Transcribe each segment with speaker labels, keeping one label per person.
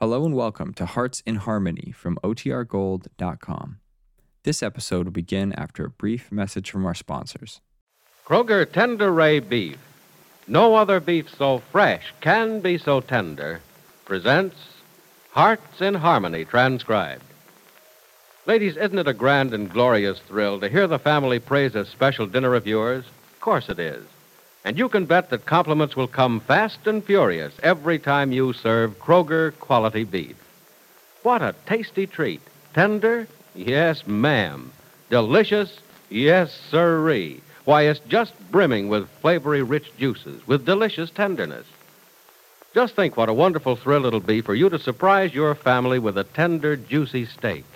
Speaker 1: Hello and welcome to Hearts in Harmony from OTRGold.com. This episode will begin after a brief message from our sponsors.
Speaker 2: Kroger Tender Ray Beef. No other beef so fresh can be so tender. Presents Hearts in Harmony, transcribed. Ladies, isn't it a grand and glorious thrill to hear the family praise a special dinner of yours? Of course it is. And you can bet that compliments will come fast and furious every time you serve Kroger quality beef. What a tasty treat. Tender? Yes, ma'am. Delicious? Yes, sirree. Why, it's just brimming with flavory rich juices, with delicious tenderness. Just think what a wonderful thrill it'll be for you to surprise your family with a tender, juicy steak,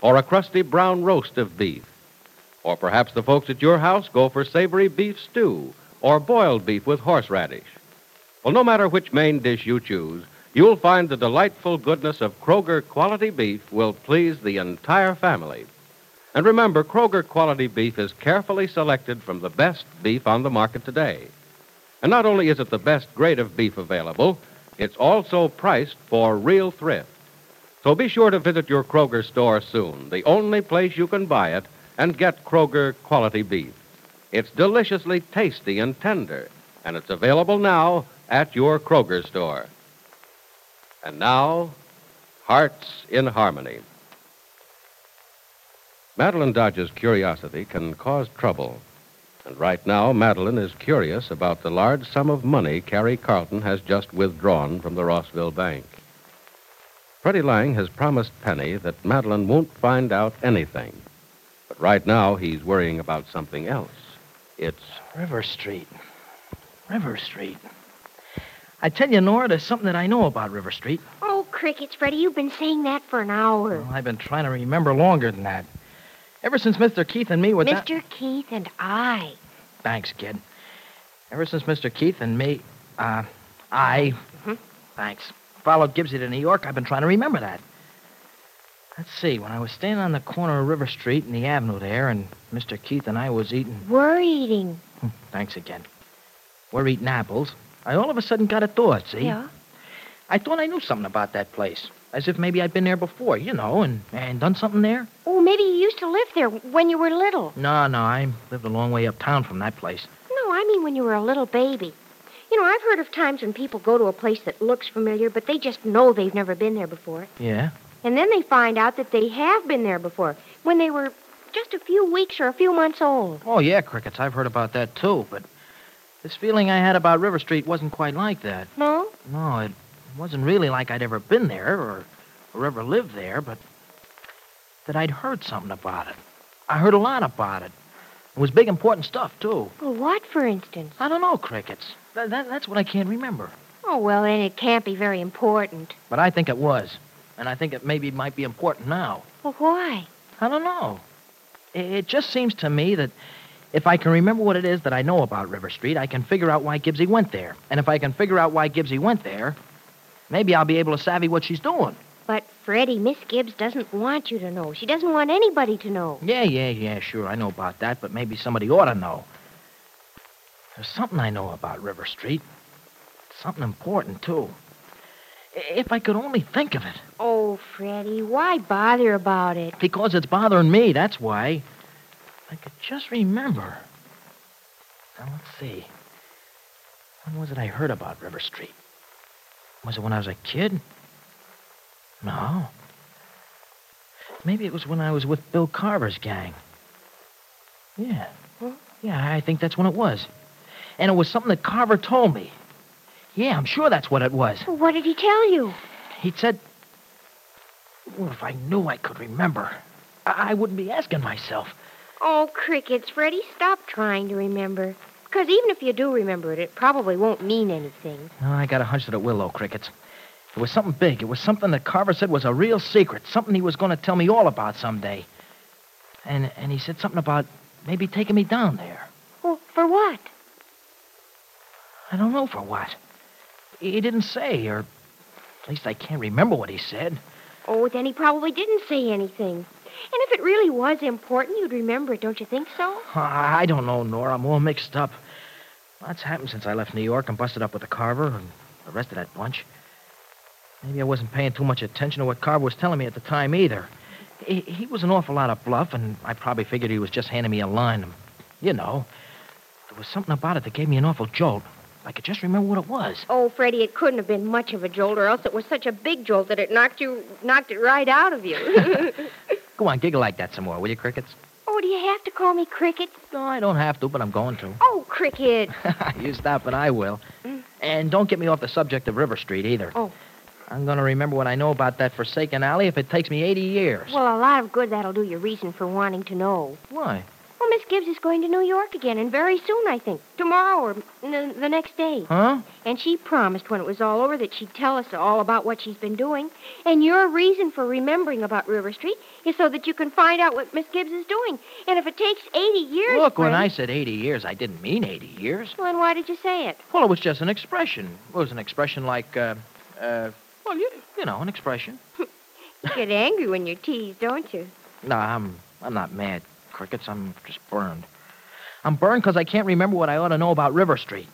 Speaker 2: or a crusty brown roast of beef. Or perhaps the folks at your house go for savory beef stew, or boiled beef with horseradish. Well, no matter which main dish you choose, you'll find the delightful goodness of Kroger quality beef will please the entire family. And remember, Kroger quality beef is carefully selected from the best beef on the market today. And not only is it the best grade of beef available, it's also priced for real thrift. So be sure to visit your Kroger store soon, the only place you can buy it and get Kroger quality beef. It's deliciously tasty and tender, and it's available now at your Kroger store. And now, Hearts in Harmony. Madeline Dodge's curiosity can cause trouble. And right now, Madeline is curious about the large sum of money Carrie Carlton has just withdrawn from the Rossville Bank. Freddie Lang has promised Penny that Madeline won't find out anything. But right now, he's worrying about something else. It's.
Speaker 3: River Street. River Street. I tell you, Nora, there's something that I know about River Street.
Speaker 4: Oh, crickets, Freddie, you've been saying that for an hour.
Speaker 3: Well, I've been trying to remember longer than that. Ever since Mr. Keith and me were that-
Speaker 4: Mr. Keith and I.
Speaker 3: Thanks, kid. Ever since Mr. Keith and me, uh, I. Thanks. Followed Gibbsy to New York, I've been trying to remember that. Let's see, when I was standing on the corner of River Street and the Avenue there, and Mr. Keith and I was eating. Hmm,
Speaker 4: We're eating.
Speaker 3: Thanks again. We're eating apples. I all of a sudden got a thought, see?
Speaker 4: Yeah.
Speaker 3: I thought I knew something about that place. As if maybe I'd been there before, you know, and, and done something there.
Speaker 4: Oh, maybe you used to live there when you were little.
Speaker 3: No, no, I lived a long way uptown from that place.
Speaker 4: No, I mean when you were a little baby. You know, I've heard of times when people go to a place that looks familiar, but they just know they've never been there before.
Speaker 3: Yeah?
Speaker 4: And then they find out that they have been there before when they were just a few weeks or a few months old.
Speaker 3: Oh, yeah, Crickets, I've heard about that too, but this feeling I had about River Street wasn't quite like that.
Speaker 4: No?
Speaker 3: No, it wasn't really like I'd ever been there or, or ever lived there, but that I'd heard something about it. I heard a lot about it. It was big, important stuff, too.
Speaker 4: Well, what, for instance?
Speaker 3: I don't know, Crickets. That, that, that's what I can't remember.
Speaker 4: Oh, well, then it can't be very important.
Speaker 3: But I think it was. And I think it maybe might be important now.
Speaker 4: Well, why?
Speaker 3: I don't know. It, it just seems to me that if I can remember what it is that I know about River Street, I can figure out why Gibbsy went there. And if I can figure out why Gibbsy went there, maybe I'll be able to savvy what she's doing.
Speaker 4: But, Freddie, Miss Gibbs doesn't want you to know. She doesn't want anybody to know.
Speaker 3: Yeah, yeah, yeah, sure, I know about that, but maybe somebody ought to know. There's something I know about River Street. Something important, too. I- If I could only think of it.
Speaker 4: Oh, Freddie, why bother about it?
Speaker 3: Because it's bothering me, that's why. If I could just remember. Now, let's see. When was it I heard about River Street? Was it when I was a kid? No. Maybe it was when I was with Bill Carver's gang. Yeah.
Speaker 4: Huh?
Speaker 3: Yeah, I think that's when it was. And it was something that Carver told me. Yeah, I'm sure that's what it was.
Speaker 4: Well, What did he tell you?
Speaker 3: He said, well, if I knew I could remember, I, I wouldn't be asking myself.
Speaker 4: Oh, crickets, Freddie, stop trying to remember. Because even if you do remember it, it probably won't mean anything.
Speaker 3: No, I got a hunch that it will, though, Crickets. It was something big. It was something that Carver said was a real secret, something he was going to tell me all about someday. And, and he said something about maybe taking me down there.
Speaker 4: Well, for what?
Speaker 3: I don't know for what. He didn't say, or at least I can't remember what he said.
Speaker 4: Oh, then he probably didn't say anything. And if it really was important, you'd remember it, don't you think so?
Speaker 3: I I don't know, Nora. I'm all mixed up. Lots happened since I left New York and busted up with the Carver and the rest of that bunch. Maybe I wasn't paying too much attention to what Carver was telling me at the time either. He, he was an awful lot of bluff, and I probably figured he was just handing me a line. You know, there was something about it that gave me an awful jolt. I could just remember what it was.
Speaker 5: Oh, Freddie, it couldn't have been much of a jolt, or else it was such a big jolt that it knocked you knocked it right out of you.
Speaker 3: Go on, giggle like that some more, will you, Crickets?
Speaker 5: oh, do you have to call me Cricket?
Speaker 3: No, I don't have to, but I'm going to.
Speaker 5: Oh, Cricket.
Speaker 3: you stop and I will. And don't get me off the subject of River Street either.
Speaker 5: Oh.
Speaker 3: I'm going to remember what I know about that forsaken alley if it takes me 80 years.
Speaker 5: Well, a lot of good that'll do your reason for wanting to know.
Speaker 3: Why?
Speaker 5: Well, Miss Gibbs is going to New York again, and very soon, I think. Tomorrow or n- the next day.
Speaker 3: Huh?
Speaker 5: And she promised when it was all over that she'd tell us all about what she's been doing. And your reason for remembering about River Street is so that you can find out what Miss Gibbs is doing. And if it takes 80 years.
Speaker 3: Look, when I
Speaker 5: Freddie-
Speaker 3: said 80 years, I didn't mean 80 years.
Speaker 5: Well, then why did you say it?
Speaker 3: Well, it was just an expression. It was an expression like, uh, uh, well, you, you know, an expression.
Speaker 5: You get angry when you're teased, don't you?
Speaker 3: No, I'm, I'm not mad, Crickets. I'm just burned. I'm burned because I can't remember what I ought to know about River Street.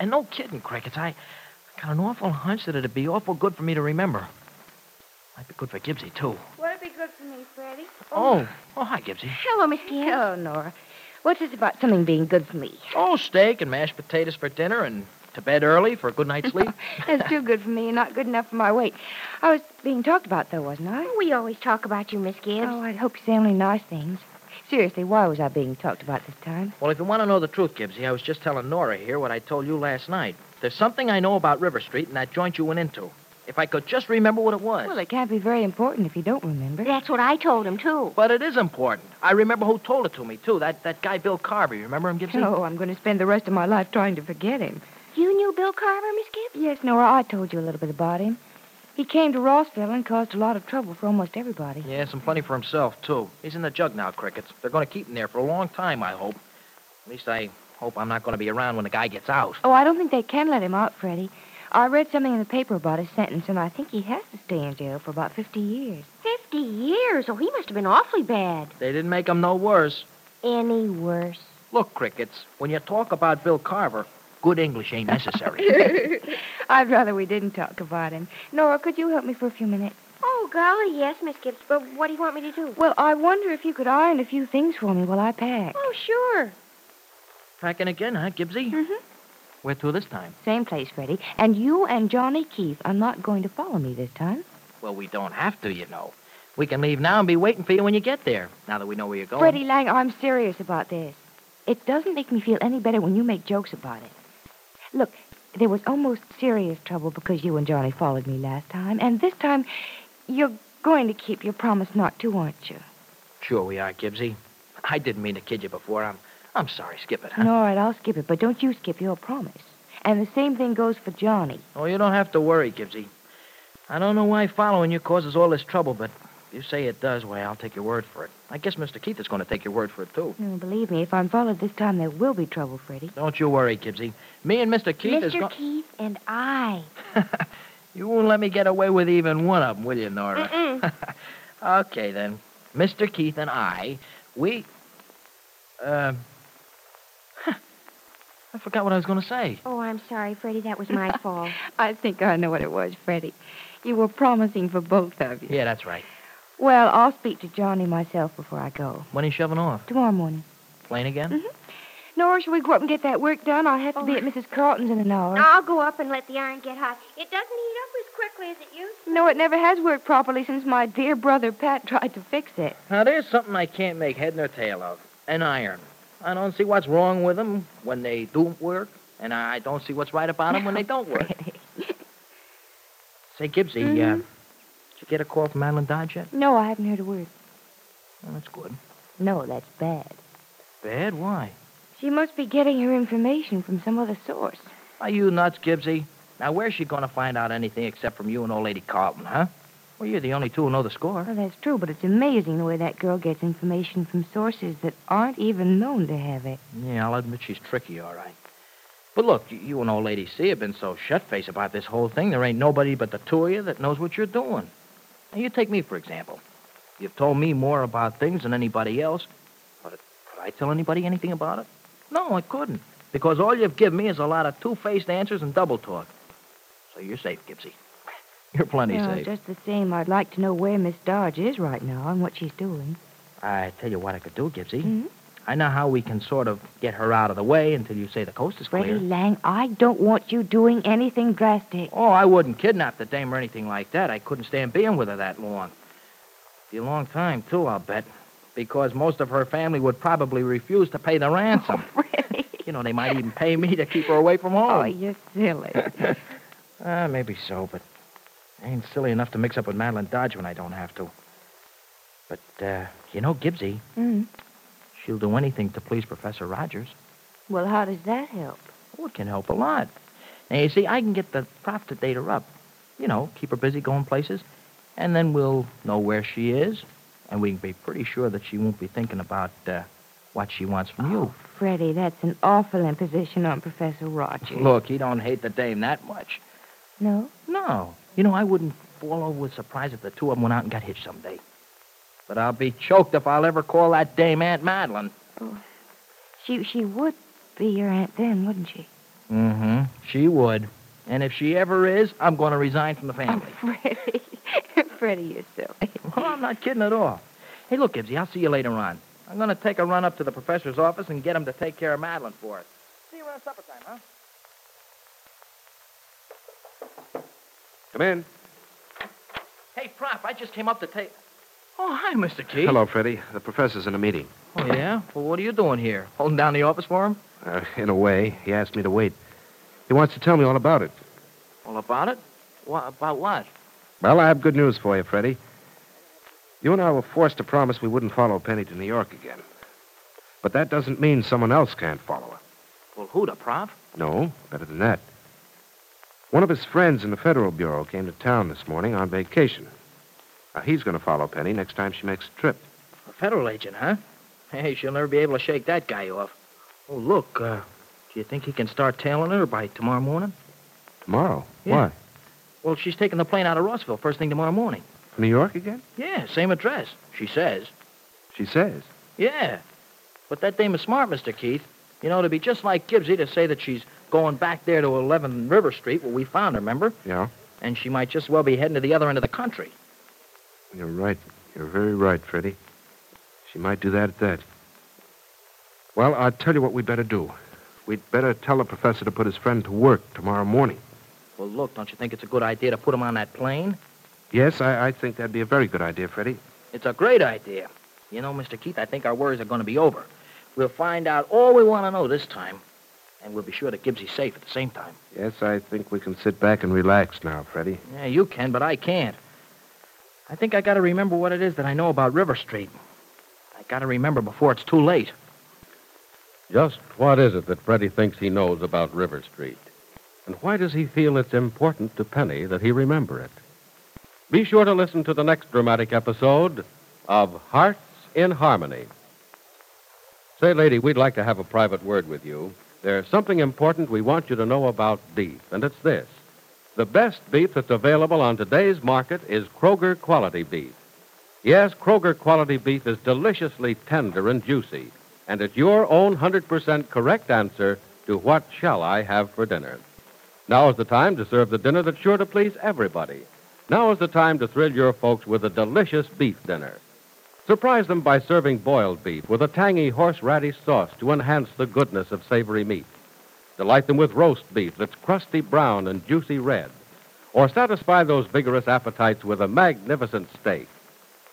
Speaker 3: And no kidding, Crickets. I I got an awful hunch that it'd be awful good for me to remember. Might be good for Gibbsy, too.
Speaker 4: What'd be good for me, Freddie?
Speaker 3: Oh, oh, hi, Gibbsy.
Speaker 5: Hello, Miss Gibbs.
Speaker 4: Hello, Nora. What's this about something being good for me?
Speaker 3: Oh, steak and mashed potatoes for dinner and to bed early for a good night's sleep.
Speaker 4: That's too good for me and not good enough for my weight. I was being talked about, though, wasn't I?
Speaker 5: Oh, We always talk about you, Miss Gibbs.
Speaker 4: Oh, I hope you say only nice things. Seriously, why was I being talked about this time?
Speaker 3: Well, if you want to know the truth, Gibbsy, I was just telling Nora here what I told you last night. There's something I know about River Street and that joint you went into. If I could just remember what it was.
Speaker 4: Well, it can't be very important if you don't remember.
Speaker 5: That's what I told him, too.
Speaker 3: But it is important. I remember who told it to me, too. That that guy, Bill Carver. You remember him, Gibbsy?
Speaker 4: No, Oh, I'm going to spend the rest of my life trying to forget him.
Speaker 5: You knew Bill Carver, Miss Gibbs?
Speaker 4: Yes, Nora, I told you a little bit about him. He came to Rossville and caused a lot of trouble for almost everybody.
Speaker 3: Yes, and plenty for himself, too. He's in the jug now, Crickets. They're going to keep him there for a long time, I hope. At least I hope I'm not going to be around when the guy gets out.
Speaker 4: Oh, I don't think they can let him out, Freddie. I read something in the paper about his sentence, and I think he has to stay in jail for about 50 years.
Speaker 5: Fifty years. Oh, he must have been awfully bad.
Speaker 3: They didn't make him no worse.
Speaker 5: Any worse.
Speaker 3: Look, Crickets, when you talk about Bill Carver, good English ain't necessary.
Speaker 4: I'd rather we didn't talk about him. Nora, could you help me for a few minutes?
Speaker 5: Oh, golly, yes, Miss Gibbs. But what do you want me to do?
Speaker 4: Well, I wonder if you could iron a few things for me while I pack.
Speaker 5: Oh, sure.
Speaker 3: Packing again, huh, Gibbsy?
Speaker 4: Mhm.
Speaker 3: Where to this time?
Speaker 4: Same place, Freddie. And you and Johnny Keith are not going to follow me this time.
Speaker 3: Well, we don't have to, you know. We can leave now and be waiting for you when you get there, now that we know where you're going.
Speaker 4: Freddie Lang, I'm serious about this. It doesn't make me feel any better when you make jokes about it. Look, there was almost serious trouble because you and Johnny followed me last time, and this time you're going to keep your promise not to, aren't you?
Speaker 3: Sure we are, Gibbsy. I didn't mean to kid you before. I'm I'm sorry, skip it, huh?
Speaker 4: No, all right, I'll skip it, but don't you skip your promise. And the same thing goes for Johnny.
Speaker 3: Oh, you don't have to worry, Gibbsy. I don't know why following you causes all this trouble, but if you say it does, why, I'll take your word for it. I guess Mr. Keith is going to take your word for it, too.
Speaker 4: No, believe me, if I'm followed this time, there will be trouble, Freddie.
Speaker 3: Don't you worry, Gibbsy. Me and Mr. Keith is
Speaker 5: Mr.
Speaker 3: going...
Speaker 5: Keith and I.
Speaker 3: You won't let me get away with even one of them, will you, Nora?
Speaker 5: Mm-mm.
Speaker 3: Okay, then. Mr. Keith and I, we... Uh... I forgot what I was going to say.
Speaker 5: Oh, I'm sorry, Freddie. That was my fault.
Speaker 4: I think I know what it was, Freddie. You were promising for both of you.
Speaker 3: Yeah, that's right.
Speaker 4: Well, I'll speak to Johnny myself before I go.
Speaker 3: When he's shoving off?
Speaker 4: Tomorrow morning.
Speaker 3: Plane again?
Speaker 4: Nora, shall we go up and get that work done? I have to be
Speaker 5: Oh.
Speaker 4: at Mrs. Carlton's in an hour.
Speaker 5: I'll go up and let the iron get hot. It doesn't heat up as quickly as it used
Speaker 4: No, it never has worked properly since my dear brother Pat tried to fix it.
Speaker 3: Now, there's something I can't make head nor tail of an iron. I don't see what's wrong with them when they do work, and I don't see what's right about them when they don't work. Say, Gibbsy, uh, did you get a call from Madeline Dodge yet?
Speaker 4: No, I haven't heard a word.
Speaker 3: Well, that's good.
Speaker 4: No, that's bad.
Speaker 3: Bad? Why?
Speaker 4: She must be getting her information from some other source.
Speaker 3: Are you nuts, Gibbsy? Now, where's she going to find out anything except from you and old lady Carlton, huh? Well, you're the only two who know the score.
Speaker 4: Well, that's true, but it's amazing the way that girl gets information from sources that aren't even known to have it.
Speaker 3: Yeah, I'll admit she's tricky, all right. But look, y- you and old lady C have been so shut-faced about this whole thing, there ain't nobody but the two of you that knows what you're doing. Now, you take me, for example. You've told me more about things than anybody else, but could I tell anybody anything about it? No, I couldn't, because all you've given me is a lot of two-faced answers and double talk. So you're safe, Gibbsy. You're plenty
Speaker 4: Well,
Speaker 3: safe.
Speaker 4: just the same, I'd like to know where Miss Dodge is right now and what she's doing.
Speaker 3: I tell you what I could do, Gibsy.
Speaker 4: Mhm.
Speaker 3: I know how we can sort of get her out of the way until you say the coast is
Speaker 4: Freddie
Speaker 3: clear.
Speaker 4: Lang, I don't want you doing anything drastic.
Speaker 3: Oh, I wouldn't kidnap the dame or anything like that. I couldn't stand being with her that long. Be a long time, too, I'll bet. Because most of her family would probably refuse to pay the ransom.
Speaker 4: Freddie.
Speaker 3: You know, they might even pay me to keep her away from
Speaker 4: Oh,
Speaker 3: home.
Speaker 4: you're silly.
Speaker 3: Ah, maybe so, but I ain't silly enough to mix up with Madeline Dodge when I don't have to. But, uh, you know, Gibbsy,
Speaker 4: mm.
Speaker 3: she'll do anything to please Professor Rogers.
Speaker 4: Well, how does that help?
Speaker 3: Oh, it can help a lot. Now, you see, I can get the prof to date her up. You know, keep her busy going places, and then we'll know where she is, and we can be pretty sure that she won't be thinking about uh, what she wants from you.
Speaker 4: Freddie, that's an awful imposition on Professor Rogers.
Speaker 3: Look, he don't hate the dame that much.
Speaker 4: No?
Speaker 3: No. You know, I wouldn't fall over with surprise if the two of them went out and got hitched someday. But I'll be choked if I'll ever call that dame Aunt Madeline.
Speaker 4: She, she would be your aunt then, wouldn't she?
Speaker 3: Mm-hmm. She would. And if she ever is, I'm going to resign from the
Speaker 4: Oh,
Speaker 3: family.
Speaker 4: Freddie. Freddie, you're silly.
Speaker 3: Well, I'm not kidding at all. Hey, look, Gibbsy, I'll see you later on. I'm going to take a run up to the professor's office and get him to take care of Madeline for us. See you around supper time, huh?
Speaker 2: Come in.
Speaker 3: Hey, Prop, I just came up to take. Oh, hi, Mr. Key.
Speaker 6: Hello, Freddie. The professor's in a meeting.
Speaker 3: Oh, yeah? Well, what are you doing here? Holding down the office for him?
Speaker 6: Uh, in a way, he asked me to wait. He wants to tell me all about it.
Speaker 3: Well, about it? What, about what?
Speaker 6: Well, I have good news for you, Freddie. You and I were forced to promise we wouldn't follow Penny to New York again. But that doesn't mean someone else can't follow her.
Speaker 3: Well, who, the Prop?
Speaker 6: No, better than that. One of his friends in the Federal Bureau came to town this morning on vacation. Now, he's going to follow Penny next time she makes a trip.
Speaker 3: A federal agent, huh? Hey, she'll never be able to shake that guy off. Oh, look, uh, do you think he can start tailing her by tomorrow morning?
Speaker 6: Tomorrow?
Speaker 3: Yeah.
Speaker 6: Why?
Speaker 3: Well, she's taking the plane out of Rossville first thing tomorrow morning.
Speaker 6: New York again?
Speaker 3: Yeah, same address, she says.
Speaker 6: She says.
Speaker 3: Yeah. But that dame is smart, Mr. Keith. You know, it'd be just like Gibbsy to say that she's going back there to 11 River Street where we found her, remember?
Speaker 6: Yeah,
Speaker 3: And she might just well be heading to the other end of the country.
Speaker 6: you're right. You're very right, Freddie. She might do that at that. Well, I'll tell you what we'd better do. We'd better tell the professor to put his friend to work tomorrow morning.
Speaker 3: Well, look, don't you think it's a good idea to put him on that plane?
Speaker 6: Yes, I, I think that'd be a very good idea, Freddie.
Speaker 3: It's a great idea. You know, Mr. Keith, I think our worries are going to be over. We'll find out all we want to know this time, and we'll be sure that Gibbsy's safe at the same time.
Speaker 6: Yes, I think we can sit back and relax now, Freddie.
Speaker 3: Yeah, you can, but I can't. I think I got to remember what it is that I know about River Street. I got to remember before it's too late.
Speaker 2: Just what is it that Freddie thinks he knows about River Street? And why does he feel it's important to Penny that he remember it? Be sure to listen to the next dramatic episode of Hearts in Harmony. Say, lady, we'd like to have a private word with you. There's something important we want you to know about beef, and it's this. The best beef that's available on today's market is Kroger quality beef. Yes, Kroger quality beef is deliciously tender and juicy and it's your own 100% correct answer to what shall I have for dinner. Now is the time to serve the dinner that's sure to please everybody. Now is the time to thrill your folks with a delicious beef dinner. Surprise them by serving boiled beef with a tangy horseradish sauce to enhance the goodness of savory meat. Delight them with roast beef that's crusty brown and juicy red. Or satisfy those vigorous appetites with a magnificent steak.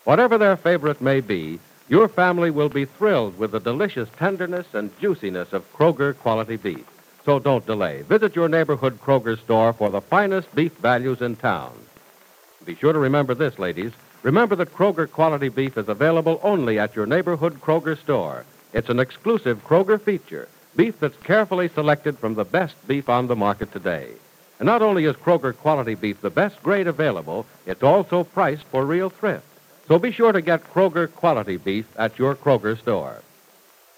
Speaker 2: Whatever their favorite may be, your family will be thrilled with the delicious tenderness and juiciness of Kroger quality beef. So don't delay. Visit your neighborhood Kroger store for the finest beef values in town. Be sure to remember this, ladies. Remember that Kroger quality beef is available only at your neighborhood Kroger store. It's an exclusive Kroger feature, beef that's carefully selected from the best beef on the market today. And not only is Kroger quality beef the best grade available, it's also priced for real thrift. So be sure to get Kroger quality beef at your Kroger store.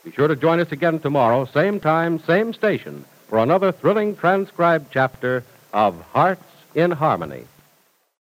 Speaker 2: Be sure to join us again tomorrow, same time, same station, for another thrilling transcribed chapter of Hearts in Harmony.